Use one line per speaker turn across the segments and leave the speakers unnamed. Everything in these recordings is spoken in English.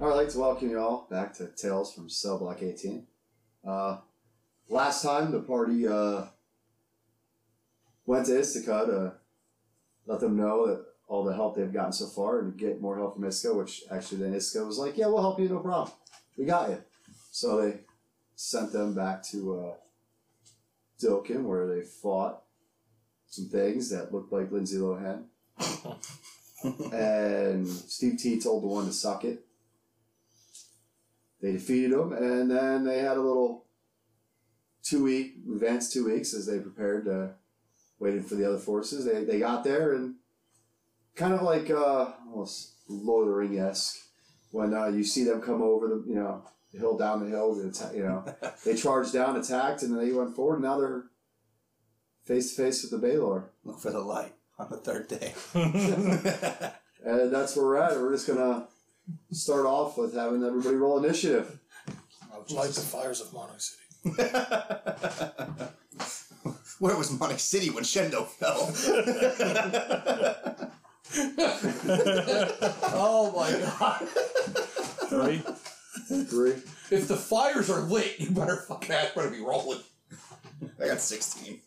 All right, I'd like to welcome you all back to Tales from Cell Block 18. Uh, last time, the party uh, went to Istica to let them know that all the help they've gotten so far and to get more help from Isca, which actually then Isca was like, yeah, we'll help you, no problem. We got you. So they sent them back to uh, Dilkin, where they fought some things that looked like Lindsay Lohan. and Steve T told the one to suck it. They defeated him, and then they had a little two week advanced two weeks as they prepared to waited for the other forces. They they got there and kind of like uh, almost Lord of the Ring esque when uh, you see them come over the you know the hill down the hill the atta- you know they charged down attacked and then they went forward and now they're face to face with the Baylor
Look for the light on the third day.
and that's where we're at. We're just gonna start off with having everybody roll initiative.
Light the fires of Mono City.
Where was Monic City when Shendo fell?
oh my god.
Three.
Three.
If the fires are lit, you better fucking ass better be rolling.
I got 16.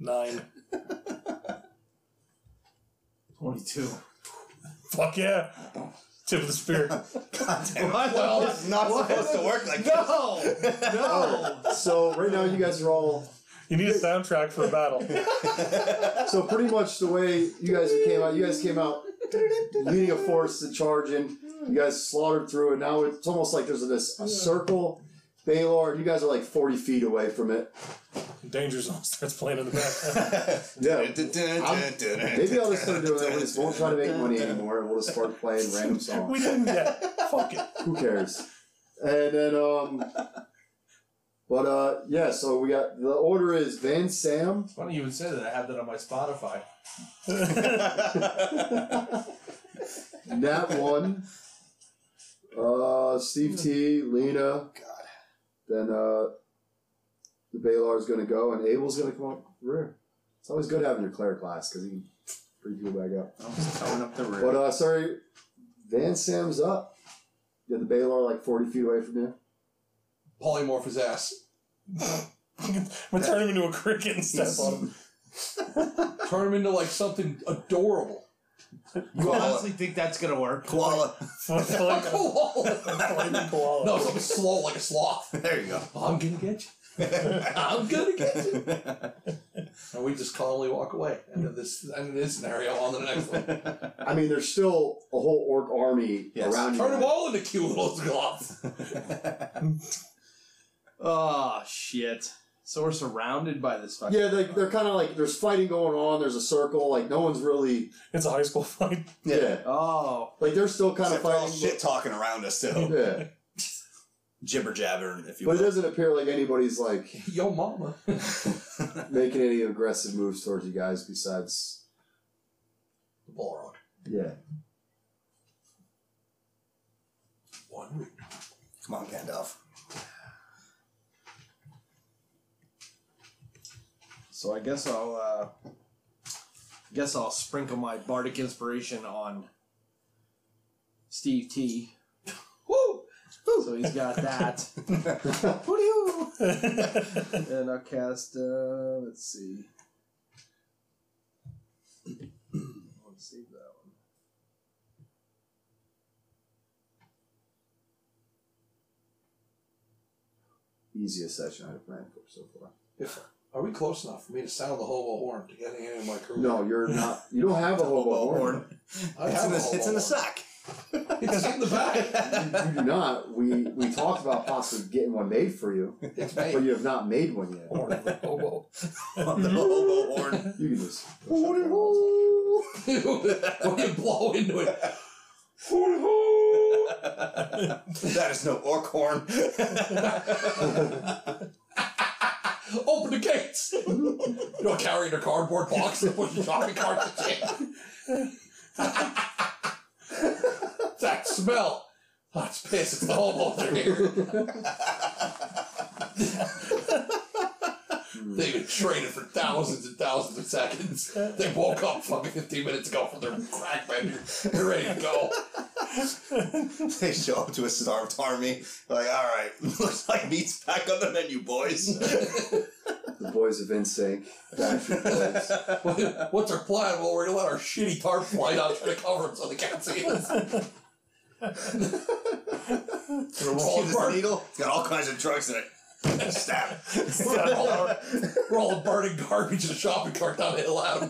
Nine.
Twenty-two.
Fuck yeah. Tip of the spear.
God damn it.
Well,
it's not supposed to work like
No!
Oh, so right now you guys are all.
You need a soundtrack for a battle.
So pretty much the way you guys came out, you guys came out leading a force and charging. You guys slaughtered through, and now it's almost like there's this a circle. Baylor, you guys are like 40 feet away from it.
Danger Zone starts playing in the background.
Yeah. Maybe I'll just start doing that. We just won't try to make money anymore, and we'll just start playing random songs.
we didn't yet. Fuck it.
Who cares? And then, um, but uh, yeah. So we got the order is Van Sam.
Funny you would say that. I have that on my Spotify.
That one. Uh, Steve T, Lena.
Oh, God.
Then uh, the Baylor's going to go, and Abel's going to come up rear. It's always good having your cleric class because he can bring people back up.
I'm just throwing up the
But
rear.
uh, sorry, Van Sam's up. Yeah, the Baylor like forty feet away from you.
Polymorph his ass.
We turn him into a cricket and step on him.
Turn him into like something adorable.
You honestly think that's gonna work?
Koala.
Like
Flaming
koala.
koala.
No, something slow like a sloth.
There you go.
I'm gonna get you. I'm gonna get you. And we just calmly walk away. And then this and this scenario on to the next one.
I mean, there's still a whole orc army
Yes.
around
Turn them
you.
all into cute little sloths.
Oh shit! So we're surrounded by this fucking.
Yeah, they, they're kind of like there's fighting going on. There's a circle. Like no one's really.
It's a high school fight.
Yeah,
Oh,
like they're still kind of
Except for all
fighting.
shit talking around us too.
Yeah,
Jibber jabbering, if you
but it
will.
doesn't appear like anybody's like
Yo mama.
making any aggressive moves towards you guys besides
Balrog.
yeah
One week.
Come on, Gandalf.
so I guess I'll. uh Guess I'll sprinkle my bardic inspiration on Steve T.
Woo!
So he's got that,
Who do you?
and I'll cast. Uh, let's see. Let's save that one.
easiest session I've planned for so far.
If, are we close enough for me to sound the hobo horn to get any of my crew?
No, you're not. You don't have a hobo horn.
I
It's
have
in
a
the,
hobo
it's in the
horn.
sack.
It's in the back.
You do not. We we talked about possibly getting one made for you,
It's
but
made.
you have not made one yet.
Horn of a hobo.
On the hobo horn.
You can just.
when you blow into it.
That is no orc horn.
Open the gates. You're carrying a cardboard box and pushing shopping carts and shit. that smell. Oh, it's piss. It's the hobo they're here. They've been training for thousands and thousands of seconds. They woke up fucking 15 minutes ago from their crack bender. They're ready to go.
They show up to a starved army. Like, all right, looks like meat's back on the menu, boys.
The boys of NSYNC, Backstreet Boys.
What- What's our plan? Well, we're gonna let our shitty tarp fly down through the cover so they can't see us. We're all
See this
burning-
needle? It's got all kinds of drugs in it. Stab.
We're all, we're all burning garbage in a shopping cart down the hill out.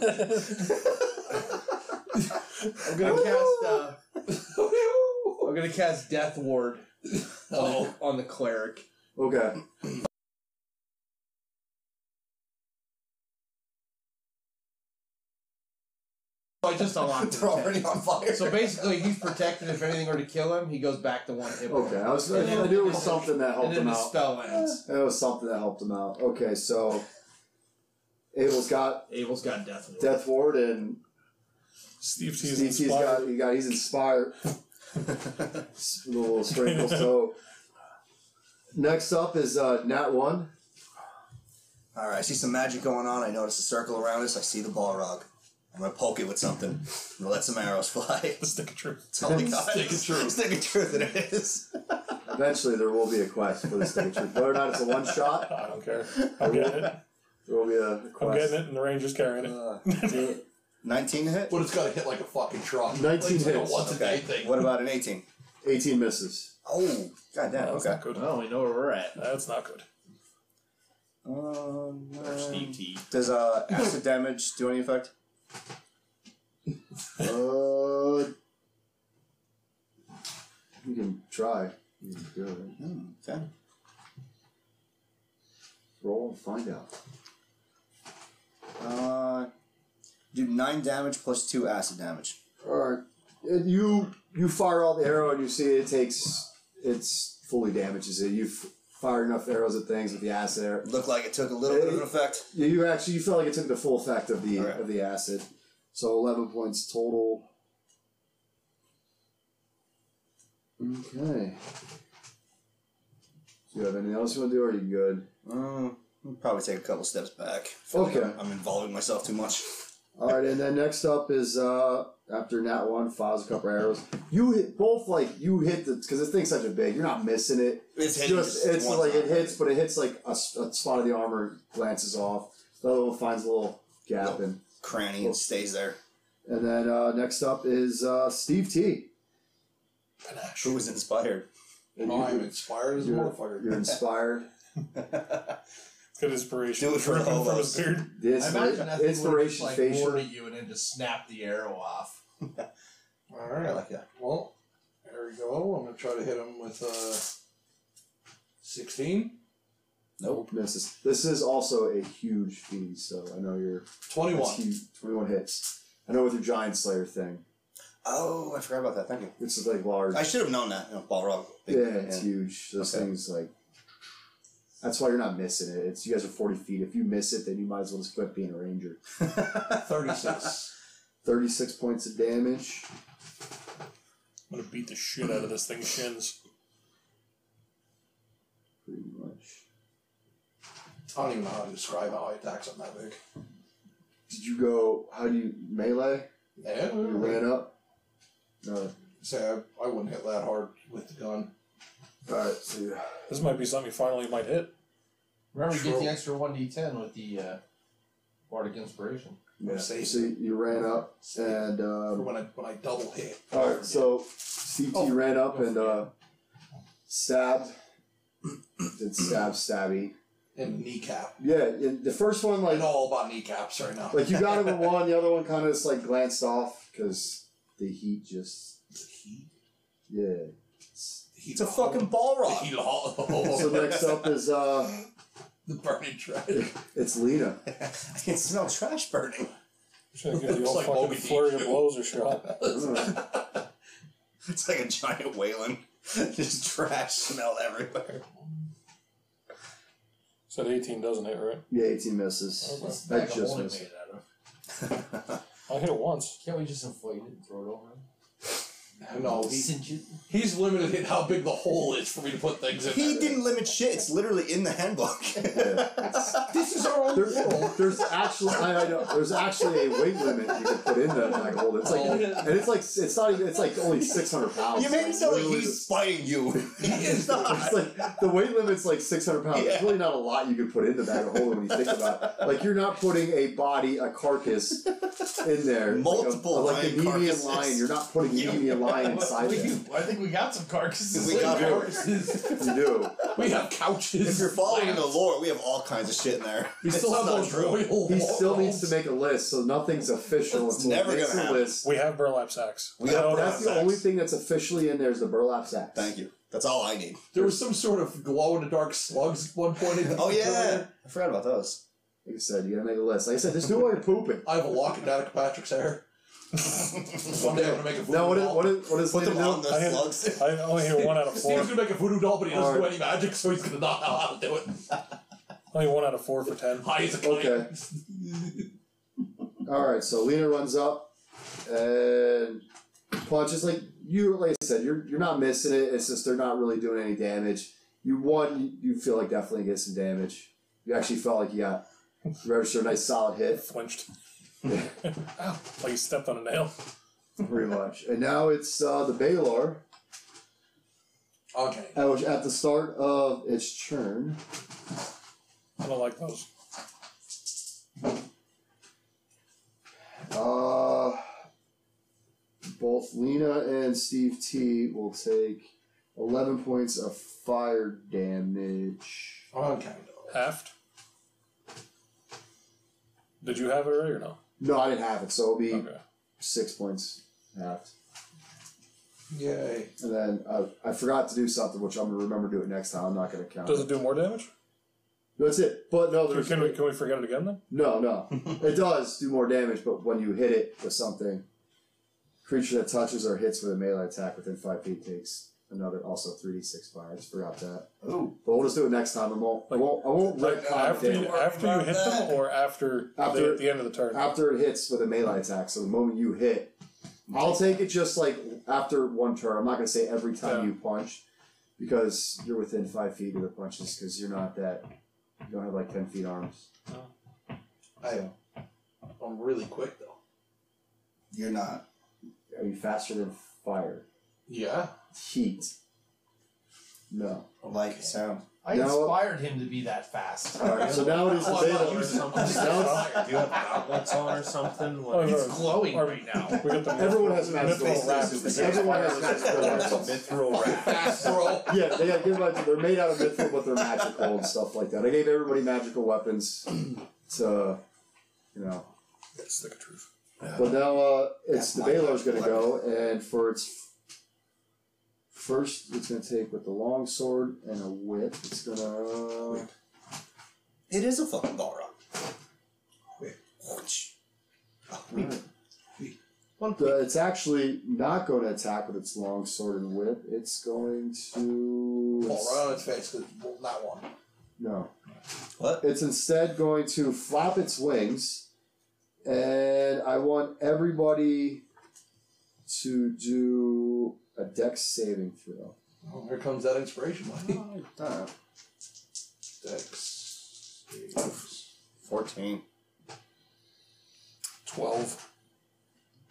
I'm gonna cast. Uh, I'm gonna cast Death Ward on,
oh,
the, on the cleric.
Okay.
So I just unlocked.
They're already on fire.
So basically, he's protected. If anything were to kill him, he goes back to one hit.
Okay. I was. I knew it was something that helped
And then
them
the
out.
spell ends.
It was something that helped them out. Okay, so Abel's got
Abel's got Death Ward.
Death Ward and
Steve T's
Steve, he's got he got he's inspired. S- little sprinkle. So next up is uh, Nat One.
All right, I see some magic going on. I notice a circle around us. I see the Balrog. I'm gonna poke it with something. I'm gonna let some arrows fly.
the stick of truth.
That's all I got.
Stick of truth.
Stick of truth. It is.
Eventually, there will be a quest for this nature. Whether or not it's a one shot,
I don't care. I'm getting it.
there will be a
I'm
quest.
getting it, and the Ranger's carrying it.
Uh, Nineteen to hit.
but it's gotta hit like a fucking truck.
19
It's like a
hits.
once a day
Okay.
thing.
What about an eighteen?
Eighteen misses.
Oh, goddamn.
That's
Okay.
not good.
Well, we know where we're at.
That's not good.
Um,
Steve T.
does uh acid damage do any effect?
Uh, you can try. You can do it.
Hmm, okay.
Roll and find out.
Uh, do nine damage plus two acid damage.
All right. And you you fire all the arrow and you see it takes it's fully damages it. You f- fire enough arrows at things with the acid. Arrow.
Looked like it took a little bit of an effect.
You- You actually you felt like it took the full effect of the
Alright.
of the acid. So eleven points total. Okay. Do you have anything else you want to do? Or are you good?
Mm, I'll probably take a couple steps back.
Okay.
I'm, I'm involving myself too much.
All right, and then next up is uh after Nat one fires a couple arrows. You hit both like you hit the because this thing's such a big. You're not missing it.
It's
It's
hitting
just
just
it's
one
like it
time.
hits, but it hits like a, s- a spot of the armor glances off. The other one finds a little gap, and
Cranny and stays there.
and then uh, next up is uh, Steve T.
Panache.
Who was inspired?
Oh, I'm inspired as a
You're,
motherfucker.
you're inspired.
It's good inspiration.
Do it for
Dripping
all
from
of
his
us.
beard.
The
I
inspira-
imagine that thing would just,
inspiration
like
facial.
ward at you and then just snap the arrow off.
I
Alright.
like that.
Well, there we go. I'm gonna try to hit him with uh sixteen.
Nope, misses. This is also a huge feat, so I know you're that's
21.
huge. Twenty-one hits. I know with your giant slayer thing,
Oh, I forgot about that. Thank you.
which is like large.
I should have known that. You know, Balrog. Big-
Yeah, it's huge. Those
Okay.
things like that's why you're not missing it. It's you guys are forty feet. If you miss it, then you might as well just quit being a ranger.
36.
Thirty six points of damage.
I'm gonna beat the shit out of this thing's shins.
Pretty much.
I don't even know how to describe how I attack something that big.
Did you go how do you melee? You
Yeah.
ran up? No.
Say, I, I wouldn't hit that hard with the gun.
Alright, so you-
This might be something you finally might hit.
Remember, you get
True.
the extra one d10 with the uh, Bardic Inspiration.
yeah.
Save
so you ran up and
For
um,
when I when I double hit.
Alright, so CT
Oh.
ran up and uh stabbed. Did stab stabby.
And kneecap.
Yeah, and the first one
I
like
know all about kneecaps right now.
Like you got him with one, the other one kind of just like glanced off because the heat just yeah.
It's a fucking Balrog.
He hollow.
So next up is uh,
the burning trash.
it's Lena.
I can smell trash burning.
Should give you all
Looks like
fucking
Moby Dick.
flurry of blows or shot.
Uh,
It's like a giant whaling. Just trash smell everywhere.
Said 18 doesn't hit, right?
yeah, eighteen misses. That
Okay.
Oh, Like a
just
holy
missed.
made out of.
I hit it once.
Can't we just inflate it and throw it over him?
No, he, he's limited in how big the hole is for me to put things in.
He
there.
didn't limit shit. It's literally in the handbook.
This is our own
There-
world.
There's actually I, I know there's actually a weight limit you can put in that black hole. It's like and it's like it's not even it's like only six hundred pounds.
you made it sound like
Literally
he's fighting you.
He is not.
It's like the weight limit's like 600 pounds. There's
Yeah.
really not a lot you can put into that hole when you think about it. Like you're not putting a body, a carcaus in there.
Multiple
like a, like a
lion
Nemean
carcasses.
lion. You're not putting a
Yeah.
Nemean lion inside
we,
there. You
I think we got some carcasses.
We got
in there.
Horses.
do.
we have couches.
if you're following the
lamps.
lore, we have all kinds of shit in there.
we still
It's
have
not
those
true.
royal.
He still needs
walls.
to make a list, so nothing's official
It's
until
never
he makes
gonna
a
happen.
list.
We have burlap sacks.
We have
I know
burlap
That's the
sacks.
only thing that's officially in there is the burlap sack.
Thank you. That's all I need.
There was some sort of glow in the dark slugs at one point. in the
Oh yeah,
trailer.
I forgot about those.
Like I said, you gotta make a list. Like I said, there's no way of pooping.
I have a locket down at Patrick's hair. one day I'm gonna make a voodoo
Now what is
doll.
what is what is
Put them
Lena
on
doing?
the
I have-
slugs.
I only hear one out of four.
Steve's gonna make a voodoo doll, but he doesn't do
Alright.
any magic, so he's gonna not know how to do it.
Only one out of four for ten.
High as a kite.
Okay. All right, so Lena runs up and punches. Like you, like I said, you're you're not missing it. It's just they're not really doing any damage. You won. You feel like definitely get some damage. You actually felt like you got registered a nice solid hit,
Flinched. Ow, like you stepped on a nail.
pretty much. And now it's uh, the Baylor,
Okay.
at which at the start of its turn.
I don't like those.
Uh, both Lena and Steve T will take eleven points of fire damage.
Okay.
Aft. Did you have it already or no?
No, I didn't have it, so it'll be
Okay.
six points halved.
Yay.
And then uh, I forgot to do something, which I'm gonna remember to do it next time. I'm not gonna count.
Does
it.
it do more damage?
That's it. But no,
Can,
there's
can we can we forget it again then?
no, no. it does do more damage, but when you hit it with something, creature that touches or hits with a melee attack within five feet takes another also three d six fire. I just forgot that.
Ooh.
But we'll just do it next time. I won't. I won't. I won't.
Like
retcon
after
it.
you, after you hit them or after,
After-
the, at the end of the turn?
after it hits with a melee attack. So the moment you hit, I'll take it just like after one turn. I'm not gonna say every time
Yeah.
you punch because you're within five feet of the punches because you're not that. You don't have like ten feet arms.
I am. I'm really quick though.
You're not.
Are you faster than fire?
Yeah.
Heat. No.
Like sound.
I
Now-
inspired him to be that fast.
All right. So now it is
Oh, I thought you
the
said-
Sounds-
gauntlets on or something? Like,
It's
glowing
right
now.
We got the
Baylor. Everyone has magical
Mythical wrap.
wraps. Everyone has magical wraps.
Mithril wrap.
Fast roll.
Yeah, they got give out, they're made out of mithril, but they're magical and stuff like that. I gave everybody magical weapons to, you know,
That's the truth.
But now uh, it's
That's
the
my
Baylor's going to
weapon.
go, and for its first, it's going to take with the long sword and a whip. It's going to
It is a fucking ball rock.
it's actually not going to attack with its long sword and whip. It's going to
Fall right on its face, 'cause- well, not one.
no.
What?
It's instead going to flap its wings, and I want everybody to do a Dex saving throw.
Oh, here comes that inspiration money.
Uh,
Dex. saves.
Fourteen.
Twelve.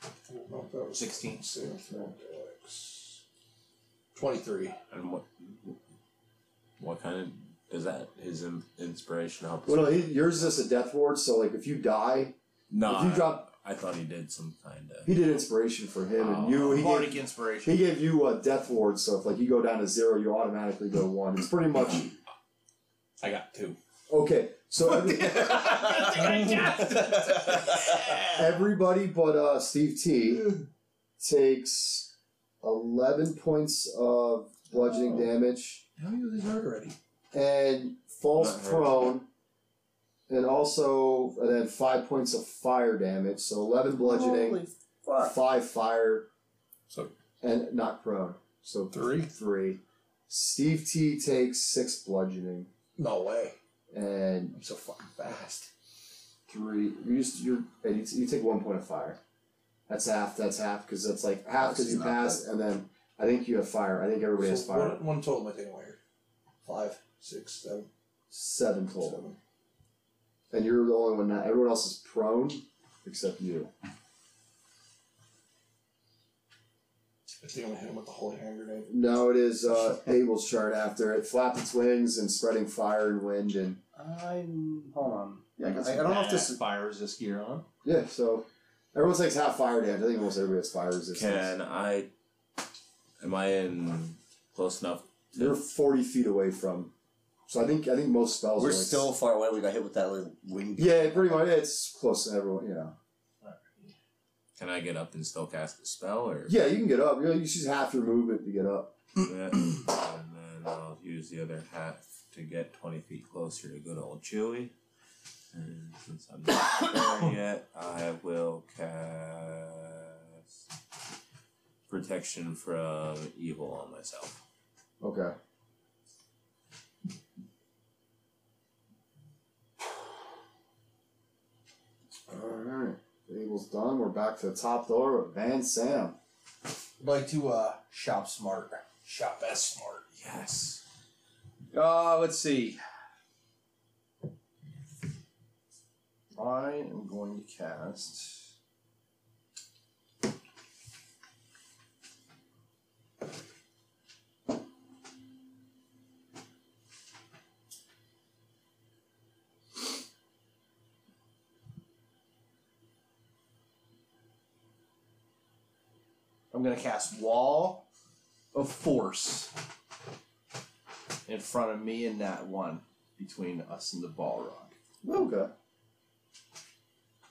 I don't know if that was-
Sixteen.
Save throw, Dex. Twenty-three.
And what? What kind of is that? His in, inspiration help?
well, no, he, yours is just a death ward, so like if you die,
no,
if you
I-
drop-
I thought he did some kind of.
He did inspiration for him, and you he
Oh.
gave,
Bardic
he
inspiration.
gave you a death ward. So if like you go down to zero, you automatically go one. It's pretty much
I got two.
okay. So every, everybody but uh, Steve T takes eleven points of bludgeoning damage
How many of these are already?
and falls
Not hurt.
prone, and also and then five points of fire damage. So eleven bludgeoning, five fire,
So
and not prone. So
three.
three. Steve T takes six bludgeoning
No way.
and
I'm so fucking fast.
three. You just you're and you, you take one point of fire. That's half. That's half because that's like half
This
because
is
you
not
passed, and then I think you have fire. I think everybody has
So
fire.
One, one total, I think, away. Five, six, seven,
Seven total,
seven.
and you're the only one. Not everyone else is prone except you.
I think I'm gonna hit him with the holy hand grenade.
No, it is uh, Abel's turn after it flapped its wings and spreading fire and wind and
I'm hold on.
Yeah, I got
I,
some
I don't know if
bad
this is fire resist gear on.
yeah. So everyone takes half fire damage. I think almost everybody has fire resistance.
Can I? Am I in close enough?
You're forty feet away from. So I think I think most spells.
We're
are like,
still far away. We got hit with that little wing.
Yeah, pretty much. It's close to everyone. You know.
Can I get up and still cast a spell, or
Yeah, you can get up. You know, you just half your movement to get up.
Yeah, and then I'll use the other half to get twenty feet closer to good old Chewy. And since I'm not there yet, I will cast protection from evil on myself.
Okay. All right. Abel's done. We're back to the top door with Van Sam.
I'd like to uh, shop smart. Shop as smart.
Yes.
Uh, let's see. I am going to cast. I'm going to cast Wall of Force in front of me and that one between us and the Balrog.
Okay.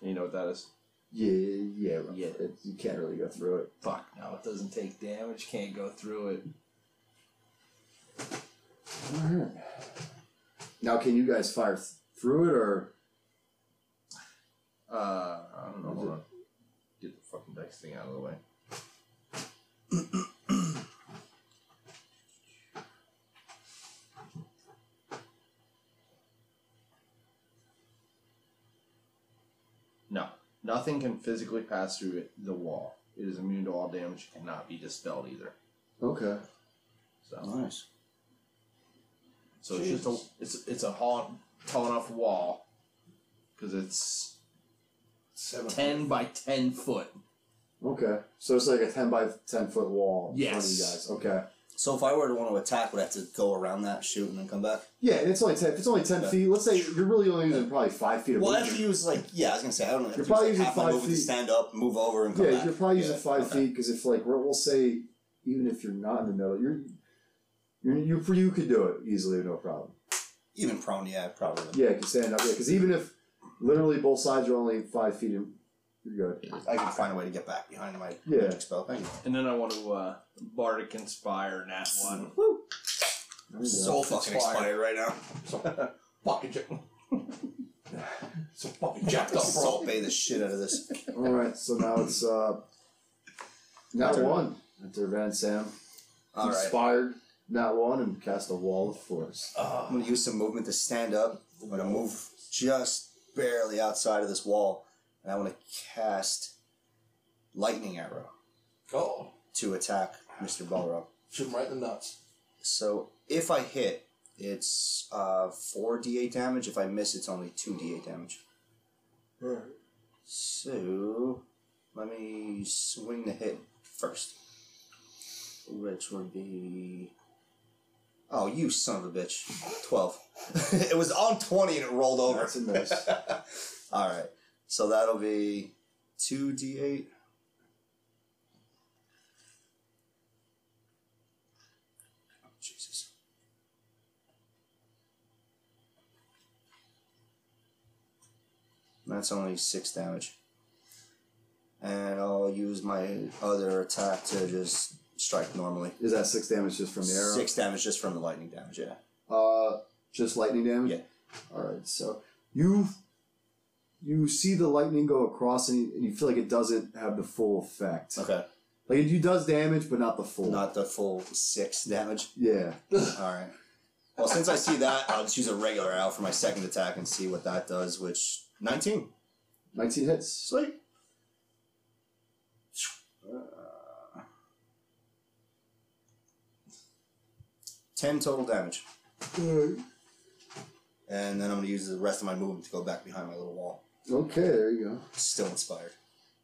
You know what that is?
Yeah, yeah, right.
Yeah.
It, you can't really go through it.
Fuck no, it doesn't take damage, can't go through it.
Now, can you guys fire th- through it or?
Uh, I don't know.
Is
Hold
it-
on. Get the fucking dice thing out of the way. no, nothing can physically pass through it, the wall. It is immune to all damage. It cannot be dispelled either.
Okay.
So.
Nice.
So it's just a it's it's a hall, tall enough wall because it's
Seven.
ten by ten foot.
Okay. So it's like a ten by ten foot wall. in front of you
Yes.
guys. Okay.
So if I were to want to attack, would I have to go around that, shoot, and then come back?
Yeah, and it's only ten. If it's only ten
Yeah.
feet, let's say you're really only using probably five feet of
Well, I have
movement.
to use like yeah. I was gonna say I don't know. I have
You're
to use,
probably
like,
using
half my
five
movement to
feet.
stand up, move over, and come
Yeah,
back.
you're probably using
Yeah,
five
okay.
feet because if like we're, we'll say even if you're not in the middle, you're you you you could do it easily, no problem.
Even prone, yeah, probably.
Yeah, you can stand up. Yeah, because even if literally both sides are only five feet, in, you're good.
I can find a way to get back behind my
Yeah.
magic spell. Thank you.
And then I want to uh, bardic inspire that one.
There you
So
go.
fucking
Inspired.
expired right now.
So fucking jack. so fucking jacked up, bro.
Salt bay the shit out of this.
All right, so now it's uh not one. Enter Van Sam,
All right.
inspired not one, and cast a wall of force.
I'm
Ah,
gonna use some movement to stand up. I'm gonna move just barely outside of this wall, and I want to cast lightning arrow
Go.
to attack Mr. Balrog.
Shoot him right in the nuts.
So if I hit, it's uh, four d8 damage. If I miss, it's only two d8 damage. So let me swing the hit first, which would be. Oh, you son of a bitch! Twelve. it was on twenty and it rolled over.
That's a miss.
All right. So that'll be 2d8. Oh, Jesus. That's only 6 damage. And I'll use my other attack to just strike normally.
Is that six damage just from the arrow?
6 damage just from the lightning damage, yeah.
Uh, just lightning damage.
Yeah.
All right. So you you see the lightning go across, and you, and you feel like it doesn't have the full effect.
Okay.
Like it, it does damage, but not the full.
Not the full 6 damage.
yeah.
All right. Well, since I see that, I'll just use a regular arrow for my second attack and see what that does. Which nineteen.
Nineteen hits.
Sweet. 10 total damage. And then I'm going to use the rest of my movement to go back behind my little wall.
Okay, there you go.
Still inspired.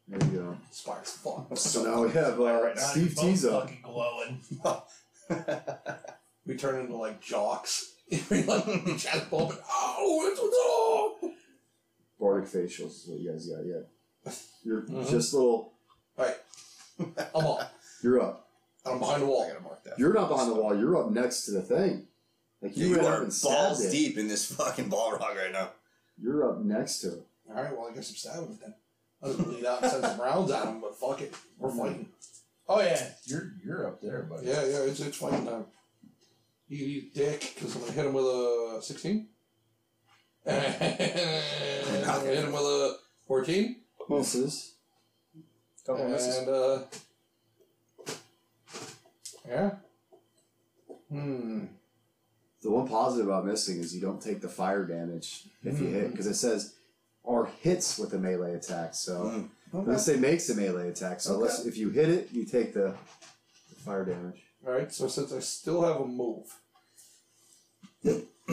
There you go.
Sparks fuck.
So now we have uh,
Right now, your
Steve
phone's
T's up.
fucking glowing.
We turn into like jocks. we like each other bumping. Oh, it's what's up.
Bardic facials is what you guys got. Yeah, you're
Mm-hmm.
Mhm.
just little.
I'm up.
You're up.
I'm behind the
I
wall.
got to mark that.
You're not behind the wall. You're up next to the thing. Like you,
Yeah,
went
you
up
are
and stabbed
balls
it.
deep in this fucking ball rock right now.
You're up next to it.
All right, well I guess I'm stabbing it then. I was gonna lead out and send some rounds at him, but fuck it, we're fighting.
Oh yeah.
You're you're up there, buddy.
Yeah, yeah, it's it's fighting time. You, you dick, because I'm gonna hit him with a sixteen. And I'm gonna hit him with a fourteen.
Misses.
Couple misses.
And uh Yeah. Hmm.
The one positive about missing is you don't take the fire damage if you
Mm.
hit because it says or hits with a melee attack. So
Mm.
unless they makes a melee attack, so unless if you hit it, you take the, the fire damage.
Alright, so since I still have a move.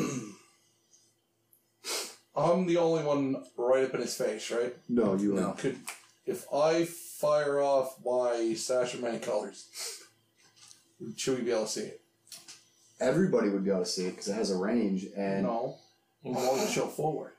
I'm the only one right up in his face, right?
No, you
No.
are
Could if I fire off my sash of many colors, would Chewie be able to see it?
everybody would be able to see it because it has a range and
no. I want to show forward.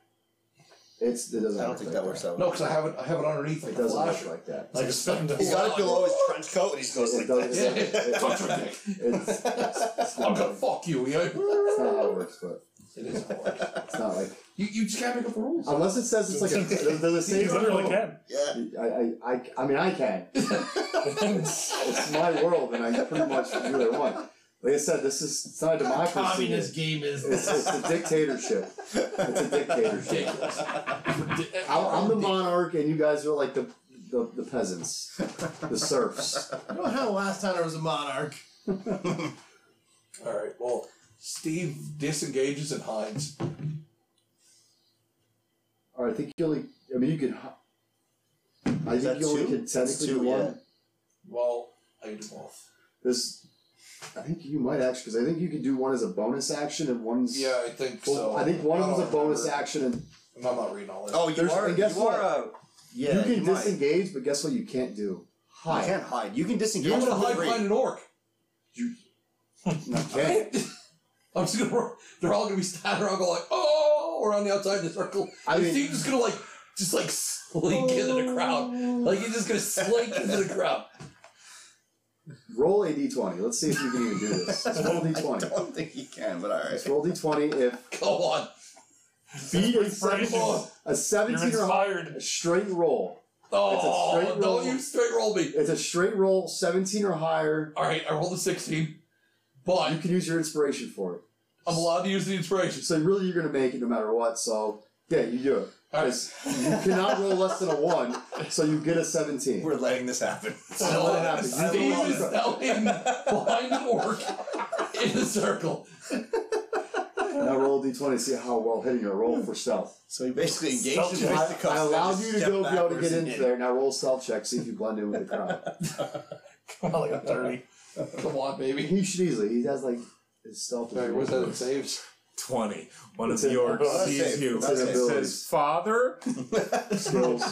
it's it doesn't.
I don't
work
think
like
that works out.
No, because I have it I have it underneath
It
like a
doesn't
flasher.
work like that.
Like expecting to
He's got it below his trench coat and he goes
It
like that.
does-
Yeah.
it- it-
Touch your dick.
It's, it's
I'm
not how
gonna
it-
fuck you, yo.
it's not how it works, but
It is how it works.
it's not like
You, you just can't make up the rules.
unless it says it's like a. Does, does it say
He
it's
literally
like,
can.
Yeah.
I, I, I, I mean, I can. It's my world, and I pretty much do what I want. Like I said, this is it's not a democracy.
Communist game is
It's, it's a dictatorship. It's a dictatorship.
Ridiculous.
I'm, I'm the monarch, and you guys are like the the, the peasants, the serfs.
I don't know how last time there was a monarch.
All right. Well, Steve disengages and hides.
Or I think you only. I mean, you could. h- I think
Is that
you only
two?
could technically
That's two,
do one.
yeah.
Well, I do both.
This, I think you might actually, because I think you could do one as a bonus action and one's.
Yeah, I think
Well,
so.
I think one of them's a
don't
bonus
remember.
action, and
I'm not reading all this.
Oh, you
There's-
are.
and guess
you
what?
are. Uh, yeah,
you can
might.
disengage, but guess what? You can't do
You
hide.
can't hide. You can disengage.
You're gonna
from the
hide
ring.
behind an orc.
You can't.
I'm just gonna. ro- They're all gonna be standing around, going like, "Oh, we're on the outside of the circle."
I
and
mean-
Steve's just gonna like, just like slink into the crowd.
Oh.
Like he's just gonna slink into the crowd.
Roll a d20. Let's see if you can even do this. Let's roll a
I
d20.
don't think you can, but all
Let's
right.
roll d20. If
Come on.
beat a,
crazy.
seven- a
You're
17 or higher,
inspired.
a straight roll.
Oh,
straight
don't
roll.
you straight roll me.
It's a straight roll, 17 or higher.
All right, I rolled a 16, but
You can use your inspiration for it.
I'm allowed to use the inspiration.
So really, you're gonna make it no matter what. So yeah, you do it.
All right,
'Cause you cannot roll less than a one, so you get a 17.
We're letting this happen.
Don't let it happen.
Steve
I
is
love
now in behind an orc in the circle.
Now roll d d20 to see how well hitting your roll for stealth.
So he basically
Stealth
engaged in
check.
I,
fisticuffs.
I
and
allowed
just
you to
stepped
go be able to
backwards
get
and
into there. Now roll stealth check, see if you blend in with the crowd.
like a thirty.
Come on, baby.
He should easily. He has like his stealth. is
All right, what's that?
really
It saves.
20. One
It's
of
an-
the orcs
that's
sees
safe.
you
That's
and
safe.
says, Father?
good. Skills.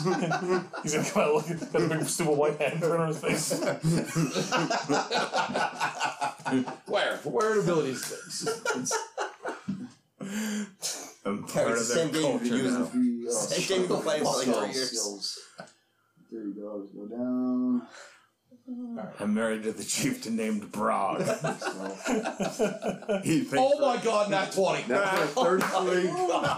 He's gonna come out looking at a big stupid white hat in front of his face.
Where? Where are abilities? saves?
I'm
Yeah,
part
it's the
of their
same game you've been
culture
using.
now.
Same game we've been playing for like
Skills,
three years.
uh, skills. There you go. Let's go down.
I'm married to the chieftain named Brog.
So,
he thinks
Oh my god, not 20.
now for a
Oh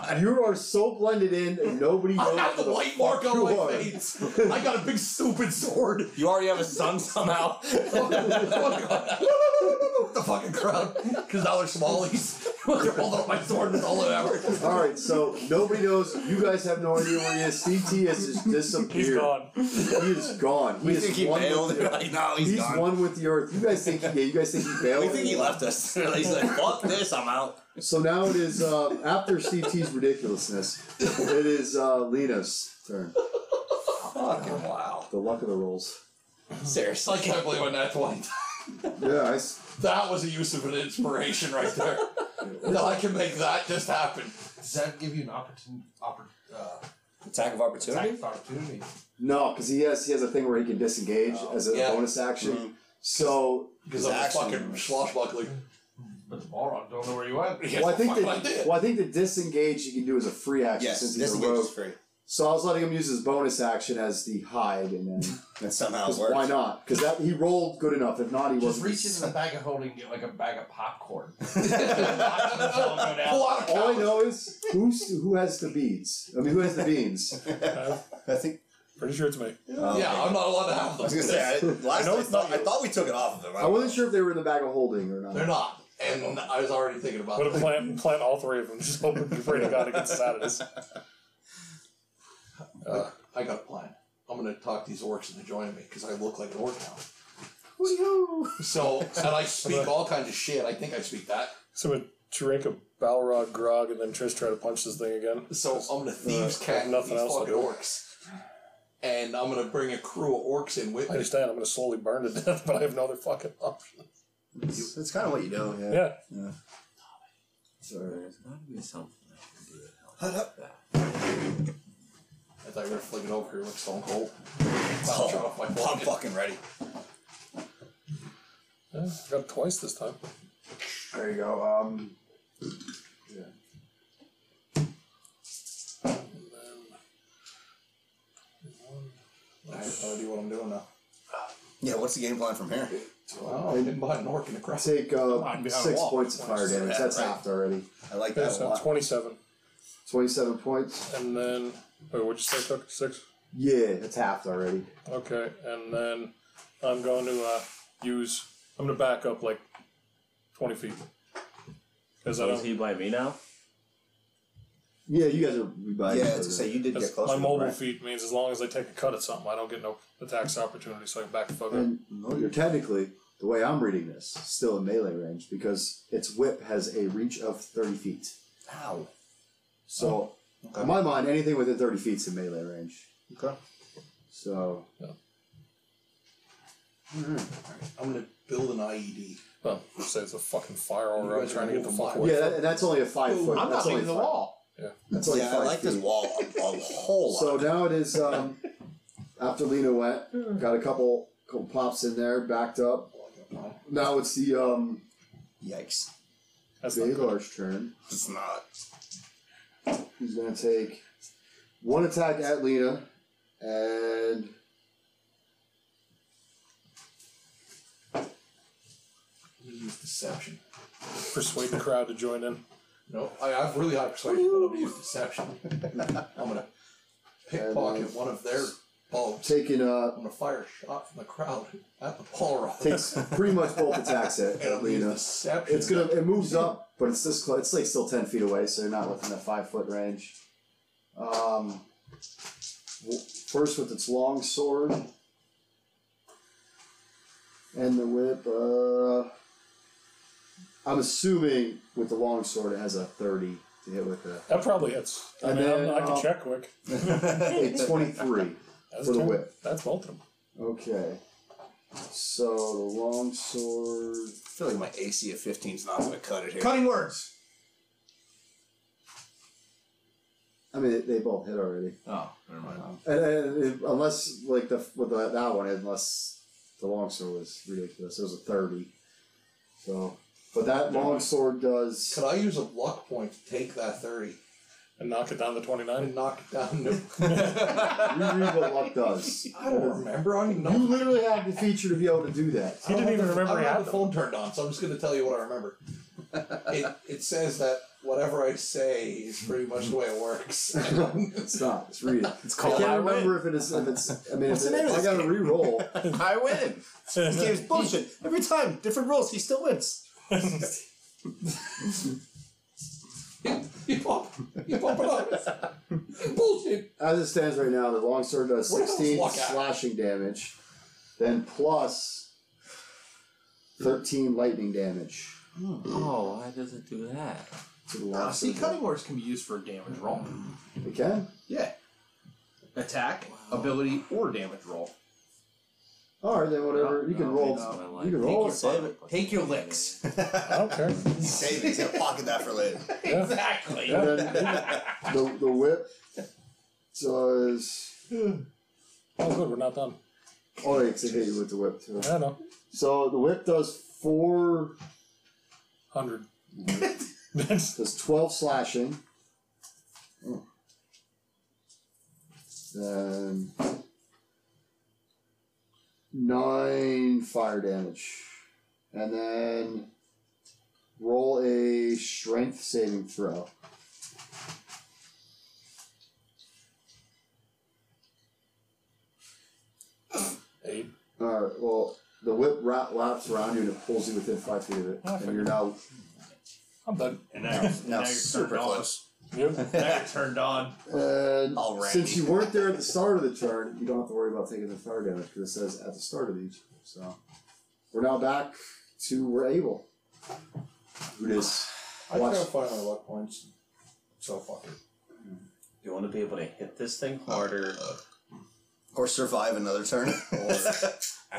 33. You are so blended in, and nobody
I
knows.
have the
what
white mark on
you
my
are.
face. I got a big stupid sword.
You already have a son somehow.
the fucking crowd. Because now they're smallies. they're holding up my sword and all over.
All right, so nobody knows. You guys have no idea where he is. CT has just disappeared.
He's
He
gone.
is gone. He
we
is
think he
one
bailed.
With
They're
the,
like, no,
he's
he's gone.
one with the earth. You guys think? Yeah, you guys think he bailed.
We think he left us. They're like, he's like, fuck this, I'm out.
So now it is uh, after CT's ridiculousness. It is uh, Lena's turn.
Fucking wow.
The luck of the rolls.
Seriously.
I can't believe I'm not 20.
Yeah, I s-
That was a use of an inspiration right there. now I can make that just happen.
Does that give you an opportun- oppor- uh,
Attack of opportunity.
attack of opportunity?
no, because he has he has a thing where he can disengage
Oh,
as a
yeah. Mm-hmm.
bonus action.
Mm.
So
Because
His
I'm a
action
fucking
was-
swashbuckling.
But the Balrog don't know where you went.
Yes,
well, I think
fuck I
the,
did.
well, I think the disengage you can do is a free action
Yes,
since
this
he's a
engage
rogue.
is free.
So I was letting him use his bonus action as the hide, and then
That somehow
'cause
works.
why not? Because that he rolled good enough. If not, he
Just
wasn't.
reach into the bag of holding and get like a bag of popcorn.
Pull out a
All I
cow.
know is who's who has the beads. I mean, who has the beans?
I think.
Pretty sure it's me.
Oh, okay.
Yeah, I'm not allowed to have
I was gonna
them.
say. I, last
I know
I,
it's
thought,
not
I thought we took it off of him.
I wasn't sure if they were in the bag of holding or not.
They're not. And I was already thinking about
Put a
it.
plant, plant all three of them. Just hoping you pray to God it gets us out of this.
Uh, I got a plan. I'm going to talk these orcs into joining me because I look like an orc now. So, and I speak all kinds of shit. I think I speak that.
So I'm gonna drink a Balrog grog and then Trish try to punch this thing again.
So I'm gonna thieves
Uh,
cat
nothing
these
else to
fucking
do.
orcs, and I'm gonna bring a crew of orcs in with
I
me.
understand. I'm gonna slowly burn to death, but I have no other fucking option.
That's, kind of what you do. Yeah.
Yeah.
Sorry.
There's got to be something I can do to
Hut
help
up.
that.
I thought you were flicking over here like Stone Cold.
Oh,
Shut off my
well, I'm
pocket.
fucking ready.
yeah. Got twice this time.
There you go. Um,
I have no idea what I'm doing now.
Yeah. What's the game plan from here?
Wow, I didn't buy an orc in a crowd.
take
on,
uh,
be on a
six
wall.
points of fire damage. That's
Right.
halved already.
I like that a
So
lot.
Twenty-seven,
Twenty-seven points.
and then wait, what'd you say? Took six.
Yeah, that's halved already.
Okay, and then I'm going to uh, use. I'm gonna back up like twenty feet because I
So is
don't.
he by me now?
Yeah, you guys are we buy
Yeah,
each
it's
other.
to say you did get
'cause
close.
My mobile feet means as long as I take a cut at something, I don't get no attacks opportunity, so I can back the fuck up.
And you're technically, the way I'm reading this, still in melee range because its whip has a reach of 30 feet.
Ow.
So,
Oh, Okay.
in my mind, anything within 30 feet is in melee range.
Okay.
So,
I'm gonna build an E IED.
Well, say it's a fucking firewall.
You
I'm
guys
trying to get the
remove
fuck
fire.
away.
yeah, that, and that's only a five foot.
I'm
that's
not
only
leaving the
five-
wall.
That's only
yeah, I
five
like this
feet.
wall a, a whole lot.
So now it is. Um, after Lena went,
Mm.
got a couple, couple pops in there, backed up. Now it's the um,
Yikes!
That's not good.
Baylor's turn.
It's not.
He's gonna take one attack at Lena and
I'm gonna use deception.
Persuade the crowd to join in.
No, I have really high persuasion, but I'm gonna use deception. I'm gonna pickpocket one of their bulbs.
taking uh,
I'm gonna fire a shot from the crowd at the Paul
takes pretty much both attacks at,
And I'm
at
gonna use
Lena.
deception.
It's gonna it moves up, but it's this close. It's like still ten feet away, so you're not within that five foot range. Um, w- first with its long sword and the whip. Uh, I'm assuming with the long sword it has a thirty to hit with a,
That probably hits. I
And
mean,
then,
I'm- I can
uh,
check quick.
a twenty three.
That's
for the
two.
whip.
That's both of them.
Okay. So the long sword.
I feel like my AC of 15 is not gonna cut it here.
Cutting words.
I mean, they- they both hit already. Um,
Oh, never mind.
And, and it- unless like the with the, that one, unless the longsword was ridiculous, it was a thirty. So, but that longsword does.
Could I use a luck point to take that 30
And knock it down to
and
29.
knock it down to.
You read what luck does.
I don't remember. I don't even know.
You literally have the feature to be able to do that.
He didn't even remember
I don't
he
have
had
the
them.
phone turned on, so I'm just going to tell you what I remember. it, it says that whatever I say is pretty much the way it works.
it's not. It's read it.
It's
I
called
can't
I
remember if it is. If it's. I mean,
What's
if
the name
it,
of
I
this
got to
game?
re-roll.
win. I win.
This game's
Oh,
bullshit. Every time, different rules, he still wins.
you pop, you pop it up. Bullshit.
As it stands right now, the longsword does
What else
sixteen
luck at?
slashing damage, then plus thirteen lightning damage
Oh, why does it do that?
to the
Uh, see,
longsword.
cutting words can be used for a damage roll.
It can.
Yeah. Attack, ability, or damage roll.
Oh, All right, then whatever. You can
No,
roll.
it's Oh, my life.
You can
Take
roll.
your,
it.
save it. Take your licks.
I don't care.
save it. He'll pocket that for later.
Yeah.
Exactly.
Yeah.
And then the the whip does.
Oh, good. We're not done.
Oh, wait, to hit you with the whip too.
I know.
So the whip does four.
100. That's
Does twelve slashing. Then nine fire damage, and then roll a strength saving throw.
eight.
Alright, well, the whip ra- wraps around you and it pulls you within five feet of it.
Ah,
and you're now.
I'm done.
And now, you're- now
Now
you're
super
turned on.
close.
Yep.
Now you're turned on.
And
All right.
Uh, since you weren't there at the start of the turn, you don't have to worry about taking the fire damage because it says at the start of each. So we're now back to we're able. Who dis?
I
Watch.
gotta find my luck points. So fuck it.
You want to be able to hit this thing harder.
Or survive another turn.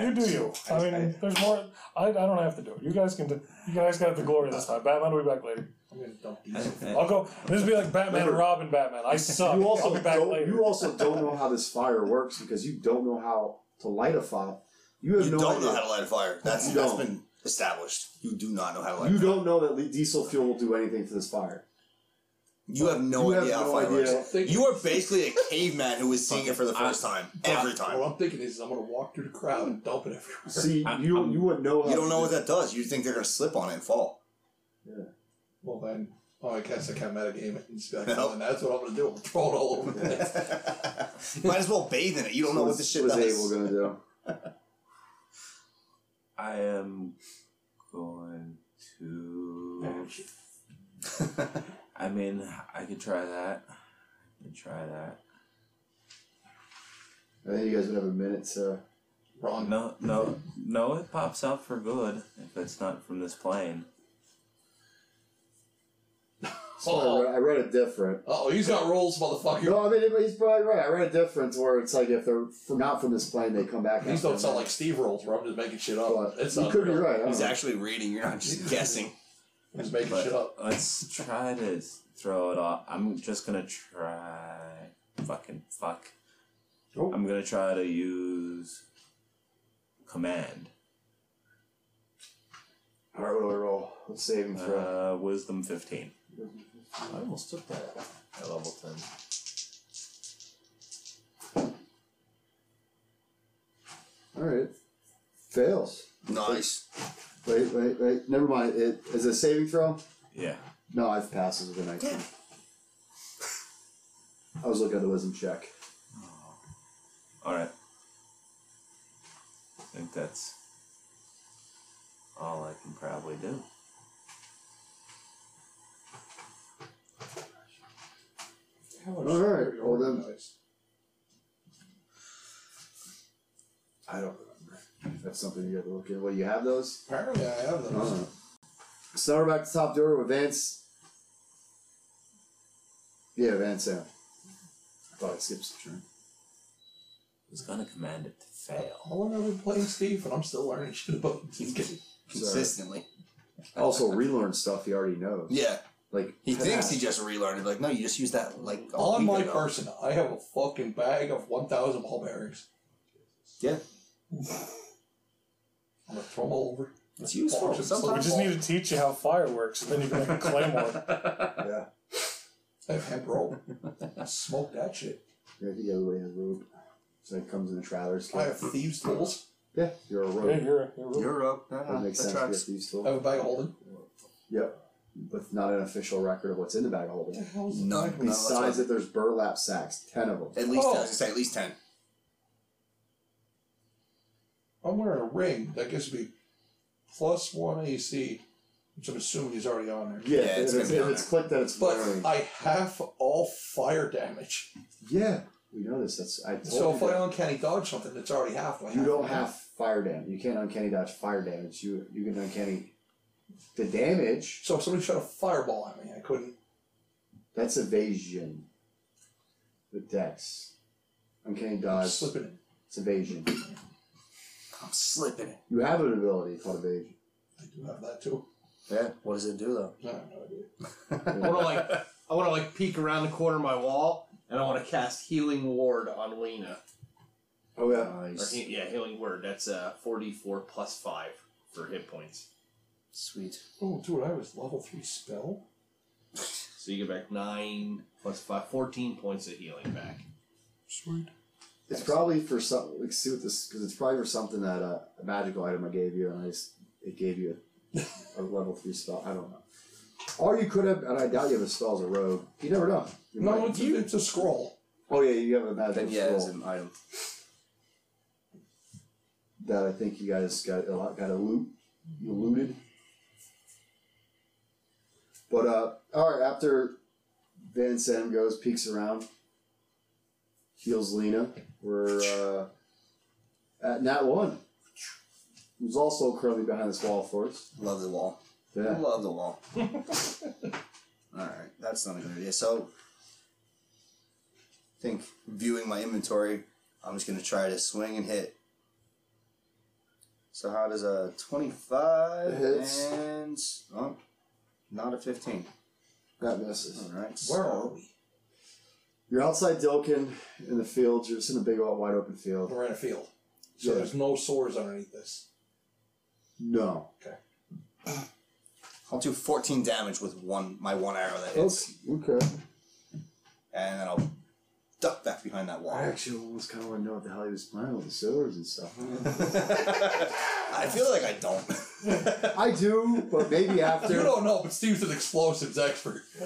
You do you. I mean, there's more. I, I don't have to do it. You guys can. Do, you guys got the glory this time. Batman will be back later.
I'm gonna dump these.
I'll go. This will be like Batman and Robin. Batman. I suck.
You also
I'll be back
don't.
later.
You also don't know how this fire works because you don't know how to light a fire. You have
you
no
don't
idea.
know how to light a fire. That's
You
that's
don't.
been established. You do not know how to light.
you
a fire.
don't know that le- diesel fuel will do anything to this fire.
You have no
you have
idea
no
how fire
idea.
works. You are basically a caveman who is seeing it for the first time every time.
What I'm thinking is I'm gonna walk through the crowd and dump it everywhere.
See,
I'm-
you
I'm-
you wouldn't know. How
You don't
to
know
do
what that does. You think they're gonna slip on it and fall.
Well then, oh, I guess I can't metagame it and just be like,
No.
well, then that's what I'm gonna do. I'm gonna throw it all over the place.
Might as well bathe in it. You don't know what this shit
was
does.
Abel gonna do?
I am going to. I mean, I could try that. I could try that.
I think you guys would have a minute to.
Wrong.
No, no, no! It pops out for good if it's not from this plane.
I,
Oh,
read, I read it different.
oh, he's got rolls, motherfucker.
No, I mean he's probably right. I read it different where it's like if they're from, not from this plane, they come back.
These
after
don't sound
that.
like Steve rolls where I'm just making shit up.
But
It's
you
not
could be
real.
right. I don't
He's
know.
actually reading. You're not just guessing.
I'm just making
But
shit up.
let's try to s- throw it off. I'm just gonna try. Fucking fuck.
Oh.
I'm gonna try to use command.
All right, what do I roll? Let's save him for.
Uh, wisdom 15.
I almost took that
At level 10.
All right, fails.
Nice.
Wait, wait, wait. Never mind. It is it a saving throw.
Yeah.
No, I've passes with a nineteen. I was looking at the wisdom check.
Alright. I think that's all I can probably do.
All right, well then.
I don't remember.
That's something you got to look at. Well, you have those.
Apparently, I have
I don't
them.
know. Uh, So now we're back to top of the order with Vance. Yeah, Vance. Yeah. I thought I skipped some turn.
I was gonna command it to
How
fail.
long have I been playing Steve? And I'm still learning shit about this game.
Consistently.
also relearn stuff he already knows.
Yeah.
Like
He thinks he just relearned it. Like, no, you just use that like a
On
week
my
ago.
person, I have a fucking bag of 1,000 ball bearings.
Yeah.
I'm gonna throw them all over.
It's useful.
we
Sometimes
just need to teach you how fire works, and then you can make a claymore.
yeah.
I have hemp rope. Smoke that shit.
Yeah, I think everybody has rope. So it comes in a traveler's
I
kit.
have thieves' tools.
Yeah, you're a
Yeah,
rope.
you're, you're, you're
You're up. Nah,
That makes
that
sense for a
tracks.
thieves
I
tool.
have a bag of holding.
Yep. With not an official record of what's in the bag of
What the
holding.
hell is
No,
that?
no, that's
Besides
what-
that there's burlap sacks, ten of them.
At least
Oh.
I was gonna say at least ten.
I'm wearing a ring that gives me plus one AC, which I'm assuming is already on there.
Yeah,
Yeah, it's
if it's,
gonna be
if
on
it's clicked that it's
But
burning.
I have all fire damage.
yeah, we noticed that's I told
So
you.
if I
that.
uncanny dodge something, it's already halfway.
you don't have fire damage. You can't uncanny dodge fire damage. You you can uncanny the damage.
So if somebody shot a fireball at me, I couldn't.
That's evasion. The dex. Uncanny
I'm
dodge.
slipping it.
It's evasion.
I'm slipping.
You have an ability called evasion.
I do have that too.
Yeah.
What does it do though?
I have no idea.
I want to like I want to like peek around the corner of my wall, and I want to cast Healing Ward on Lena.
Oh yeah.
Or,
Nice.
he- yeah, Healing Word. That's uh, 44 plus 5 for hit points.
Sweet.
Oh, dude, I was level three spell.
So you get back 9 plus 5, 14 points of healing back.
Sweet.
It's probably for something. Like, see what this because it's probably for something that uh, a magical item I gave you, and I just it gave you a, a level three spell. I don't know. Or you could have, and I doubt you have a spell as a rogue. You never know. You
No,
might-
it's, a, it's a scroll.
oh yeah, you have a magical
Then yeah, it's
scroll
an item.
that I think you guys got a lot, got a loot. You looted. But uh, all right. After Van Sam goes, peeks around, heals Lena. We're uh, at Nat one, who's also currently behind this wall for us.
Love the wall.
Yeah.
Love the wall. All right, that's not a good idea. So, I think viewing my inventory, I'm just gonna try to swing and hit. So how does a 25
It hits.
and oh, not a 15?
That misses.
All right.
Where
so-
are we?
You're outside Dilkin in the field. You're just in a big, wide open field.
We're in a field. So
Yeah.
there's no sores underneath this.
No.
I'll do 14 damage with one my one arrow that hits,
Oops. Okay.
and then I'll duck back behind that
Oh. I
wall.
actually almost kind of want to know what the hell he was playing with the sewers and stuff.
I feel like I don't.
I do, but maybe after.
You don't know, but Steve's an explosives expert.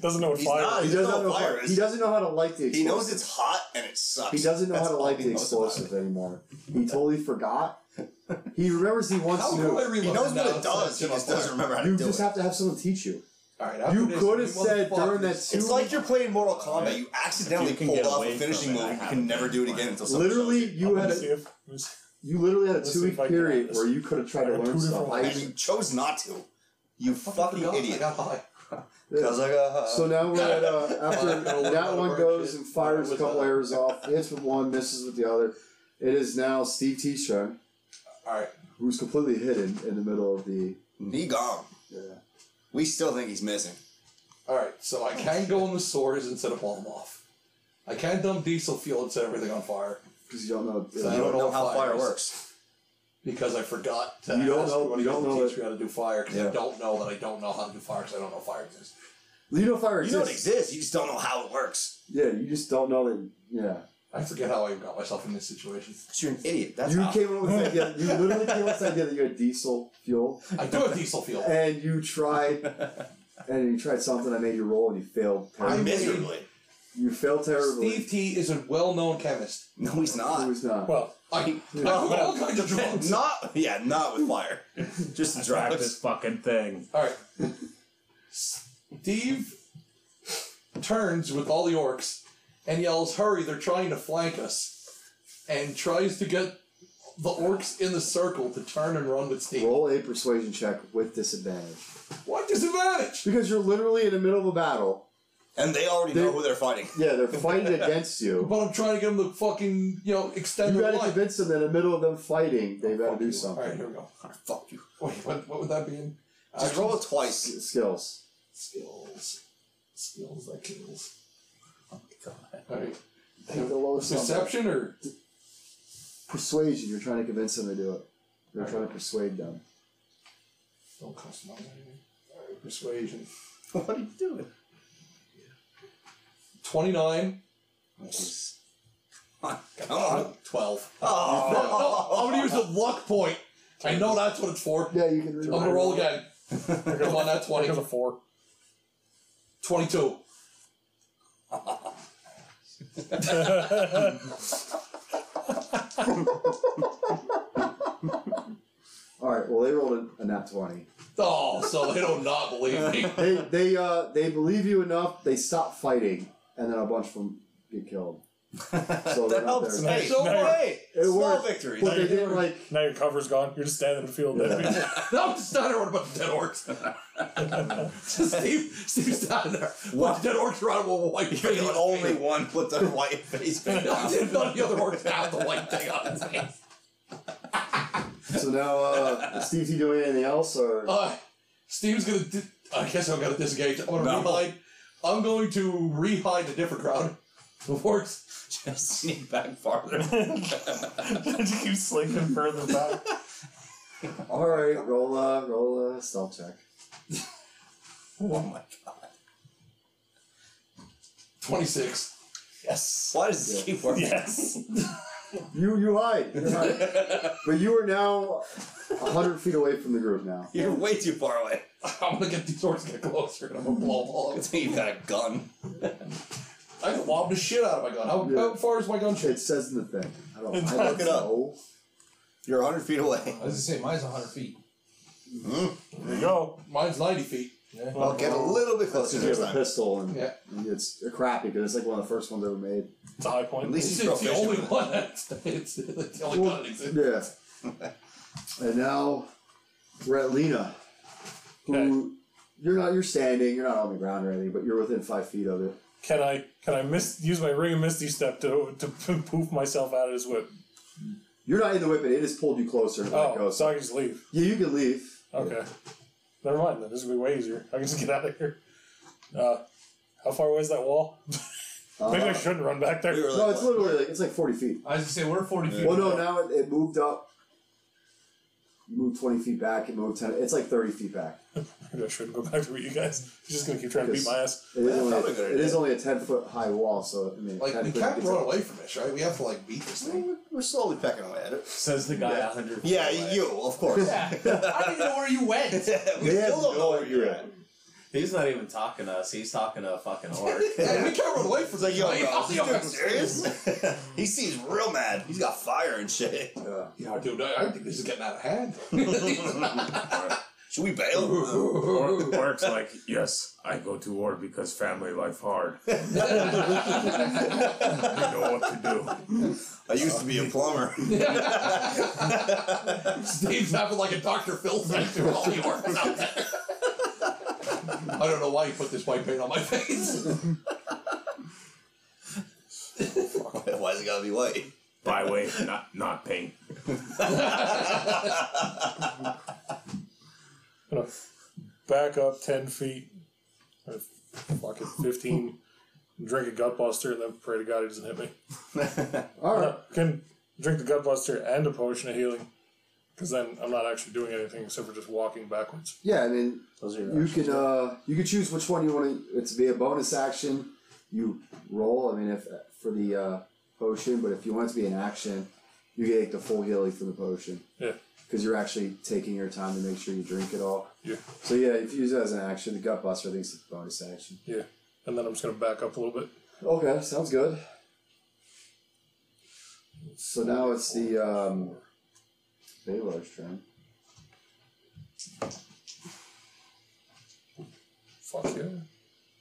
Doesn't know what
He's
fire
not.
is.
he doesn't
know
know. How,
virus.
he doesn't know how to like the. Explosive.
He knows it's hot and it sucks.
He doesn't know
That's
how to
all
like
he
the
knows about it.
explosive anymore. He totally forgot. He remembers he wants
How
to.
could I
Know.
reload
He knows what
now?
it does. He
It's
just
on
doesn't
fire.
remember how to
You
do
just
it.
have to have someone teach you.
All right, after
You
this,
could have
you
said during that
motherfuckers-
two.
It's like you're playing Mortal Kombat. You accidentally
If you can
pulled
get
off
away
a finishing
from it,
move.
I
You
have
can
it.
never do it again until someone
literally,
shows
you
I'm
had
gonna
a,
see if, let me see.
you literally had a
Let's
two
see
week
if I can get
period
this.
where you could have tried to
I got
learn
two
stuff.
different
I
you.
even-
And you chose not to. You fucking
forgot. I
idiot.
got high.
Because I got high.
So now we're at uh, after
Well,
that
well,
one
well,
goes
shit.
and fires a
Well,
couple
well.
arrows off, hits with one, misses with the other. It is now Steve Tishon,
All right,
who's completely hidden in the middle of the. uh,
He gone. We still think he's missing.
all right. So I can go in the sores and set a bomb off. I can dump diesel fuel and set everything on fire
Because you don't know.
I
You
don't
don't
know
know how fire
fire is.
works.
because I forgot to
You don't
ask
know-
when
you
he
don't
was
know
teach me how to do fire because
Yeah.
I don't know that I don't know how to do fire because I don't know fire exists.
You know fire
You
exists.
know it exists. You just don't know how it works.
Yeah, you just don't know that. Yeah.
I forget how I got myself in this situation.
'Cause you're an idiot. That's
you
how.
came up with the idea. You literally came up with the idea that you had diesel fuel,
I do have diesel fuel.
and you tried, and you tried something. I made you roll, and you failed terribly.
I'm
miserably.
You failed terribly.
Steve T is a well-known chemist.
No,
It
he's not.
was not.
Well,
I, I do all kinds of drugs.
Not yeah, not with fire. Just the
Drop this
drugs.
fucking thing.
All right. Steve turns with all the orcs and yells, "Hurry! They're trying to flank us!" and tries to get the orcs in the circle to turn and run with Steve.
roll a persuasion check with disadvantage
What disadvantage?
because you're literally in the middle of a battle.
And they already know
They're-
who they're fighting.
Yeah, they're fighting against you.
But I'm trying to get them to fucking you know extend
You
their
got to
life.
convince them that in the middle of them fighting, they got
Oh,
to
Fuck
do
you. All right,
something.
here we go.
Fuck you.
Wait, what, what would that be? In?
Just roll it twice.
S- Skills.
skills, skills that kills.
Oh my god.
All right,
Take the lowest number.
perception or
Persuasion. You're trying to convince them to do it. You're trying to persuade them.
don't cost money. All right, persuasion.
What are you doing?
Twenty nine.
Come on.
Twelve.
Oh,
No, no, I'm gonna use the luck point. I know that's what it's for.
Yeah, you can.
I'm gonna roll again. Come on, that
I got a
20.
four.
22.
All right. Well, they rolled a, a nat twenty.
Oh, so they do not believe me.
they they uh they believe you enough. They stop fighting, and then a bunch of them get killed. So they're
that
not
helps.
there.
Hey,
Hey, so
no,
hey,
It
small
worked.
victories.
But they didn't like.
Now your cover's gone. You're just standing in the field.
No, it's not everyone about the dead orcs. Steve, Steve's down there. What dead orcs around with a white
You're
face.
the only one with the white face.
None of the other orcs have the white thing on his face.
So now, uh, is Steve T doing anything else? Or
Uh, Steve's gonna. Di- I guess I'm gonna disengage. I'm gonna rehide. I'm going to rehide a different crowd. Before it's,
Just sneak back farther.
Did you keep slinking further back?
all right, roll a roll a stealth check.
oh my god.
26.
Yes.
Why does this keep working?
Yes.
You you hide, you hide. but you are now hundred feet away from the group now.
You're way too far away.
I'm gonna get these orcs to get closer and I'm gonna blow them all
Good
up.
thing you got a gun.
I can lob the shit out of my gun. How, how far is my gun shit?
It says in the thing. I don't. I
Look
don't
it up.
know.
You're 100 feet away.
I was gonna say mine's hundred feet.
There you go.
Mine's 90 feet.
Yeah.
I'll get a little bit closer
Because you have
next
a
time.
pistol and
Yeah.
it's crappy because it's like one of the first ones ever made.
It's a high
At
point.
least
It's,
he's
it's the
proficient
only
with it.
one that's. It's, it's the only
Well,
gun that exists.
Yeah. and now we're at Lena, who
Okay.
you're not. You're standing. You're not on the ground or anything, but you're within five feet of it.
Can I can I miss use my ring of misty step to to poof myself out of his whip?
You're not in the whip, and it has pulled you closer. And let
Oh,
go.
so I can just leave.
yeah, you can leave.
Okay. Never mind then. This will be way easier. I can just get out of here. Uh, how far away is that wall?
Uh,
Maybe I shouldn't run back there.
We were like,
no, it's literally like it's like forty feet.
I was gonna say we're forty feet.
Well, no,
away.
now it, it moved up. Moved twenty feet back. It moved ten. It's like thirty feet back.
Maybe I shouldn't go back to beat you guys. You're just gonna keep trying to beat my ass.
It is,
Yeah,
only,
probably a good
it is
idea.
only a ten foot high wall, so I mean,
Like, we
technically
can't
it's
run
a-
away from this, right? We have to, like, beat this thing.
We're- We're slowly pecking away at it.
Says the guy a 100 feet
Yeah,
away.
you, of course.
Yeah. I don't even know where you
we
went.
They have
still don't know
no
where you're
idea.
at.
He's not even talking to us. He's talking to a fucking orc.
Hey, we can't run away
It's
from
like,
this.
yo,
thing.
bro, is
I'll
this dude
see you guys.
serious? he seems real mad. He's got fire and shit.
Yeah.
Yeah, dude, I, I think this is getting out of hand.
Should we bail?
Or, works like, yes, I go to war because family life hard. I know what to do.
I used to be a plumber.
Steve's having like a Dr. Phil thing to all the orcs out there. I don't know why you put this white paint on my face.
Why's it gotta be white?
By way, not not paint.
I'm gonna back up ten feet, or fucking fifteen, drink a gutbuster, and then pray to God he doesn't hit me.
All right.
Uh, can drink the gutbuster and a potion of healing, because then I'm not actually doing anything except for just walking backwards.
Yeah, I mean,
Those are
you can uh, you can choose which one you want to. It's be a bonus action. You roll. I mean, if for the uh, potion, but if you want it to be an action, you get like, the full healing for the potion.
Yeah.
Because you're actually taking your time to make sure you drink it all.
Yeah.
So yeah, if you use it as an action, the gut buster, I think it's a bonus action.
And then I'm just gonna back up a little bit.
Okay, sounds good. So now it's the um, Baylor's turn.
Fuck yeah.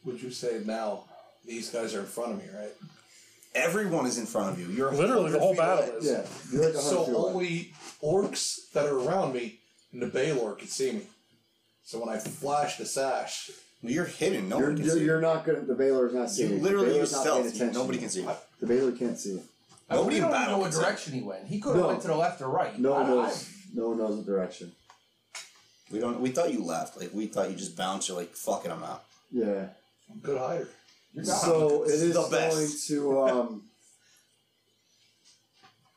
Would you say now these guys are in front of me, right?
Everyone is in front of you. You're
Literally,
100
the whole
feet away.
battle is.
Yeah, you're like a
So
hundred feet away.
only orcs that are around me and the Baylor can see me. So when I flash the sash,
You're hidden. No
You're,
one can
you're,
see.
you're not gonna. The Baylor's not
You
seeing. you.
literally
Baylor's
use
not paying
stealth. You-
attention.
Nobody can see. you.
The Baylor can't see. you.
Nobody in
we don't even
battle
know what
can see.
direction he went. He could have
No.
went to the left or right.
No
I-
one
I-
knows. No one knows the direction.
We don't. We thought you left. Like we thought you just bounced. You're like, fuck it, I'm out.
Yeah.
I'm good hider.
You're gone.
So it
This is
is
the
going
best.
to. Um,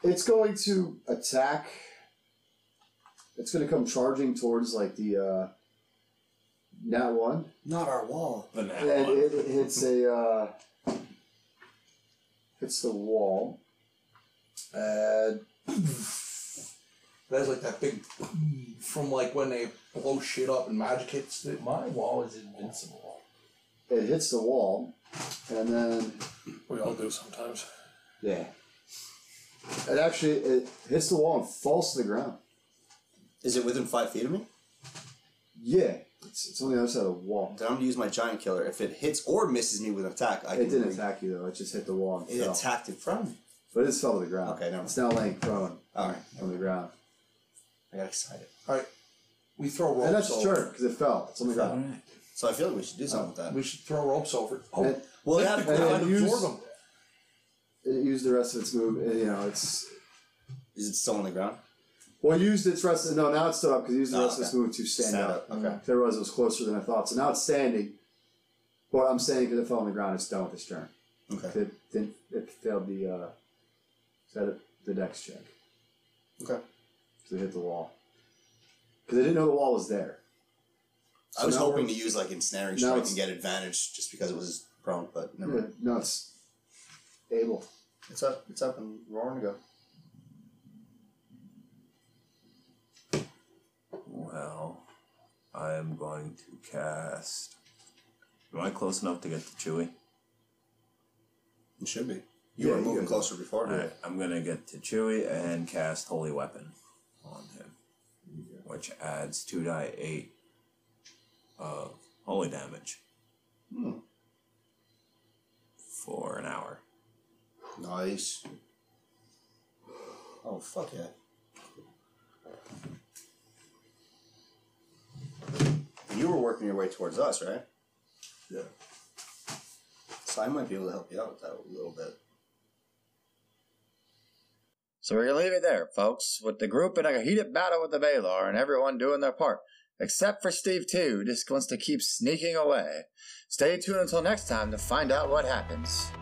it's going to attack. It's going to come charging towards like the uh, nat one.
Not our wall.
The nat
And
one.
it, it hits a uh, hits the wall.
Uh, that's like that big from like when they blow shit up and magic hits it.
my wall is invincible.
It hits the wall, and then
We all do sometimes.
yeah, it actually it hits the wall and falls to the ground.
Is it within five feet of me?
Yeah, it's, it's on the other side of the wall.
Then I'm gonna use my giant killer. If it hits or misses me with an attack, I can.
It didn't
re-
attack you though; it just hit the wall and
It
fell.
attacked in front of me.
but it just fell to the ground.
Okay, never mind.
it's now laying prone
All right,
on the ground,
I got excited.
We throw ropes
and that's
over.
true because it fell. It's on the ground.
So I feel like we should do something with
We should throw ropes over. Oh,
And
that. Well,
let
yeah,
the
and
ground
then use-
absorb them.
it used the rest of its move. and, you know, it's
is it still on the ground?
Well, it used its rest. No, now it's stood up because it used the
Oh,
rest of its move to stand, up.
Okay.
Because I realized it was closer than I thought. So now it's standing. But I'm standing because it fell on the ground. It's done with its turn.
Okay.
It didn't. It failed the. Uh, set it, the dex check.
Okay.
So it hit the wall. Because I didn't know the wall was there.
I was
So now
hoping
we're-
to use like ensnaring
now
strike
it's-
and get advantage just because it was prone, but never.
Yeah,
mind.
No, it's able.
It's up. It's up and roaring to go.
Well, I am going to cast. Am I close enough to get to Chewy?
It should be. You
Yeah,
were
you
moving
can-
closer before.
Alright, I'm gonna get to Chewy and cast Holy Weapon on him, which adds 2 die 8 of holy damage
Hmm.
for an hour.
Nice. Oh fuck yeah. You were working your way towards us, right?
Yeah.
So I might be able to help you out with that a little bit.
So we're going to leave it there, folks, with the group in a heated battle with the Valar and everyone doing their part. Except for Steve, too, who just wants to keep sneaking away. Stay tuned until next time to find out what happens.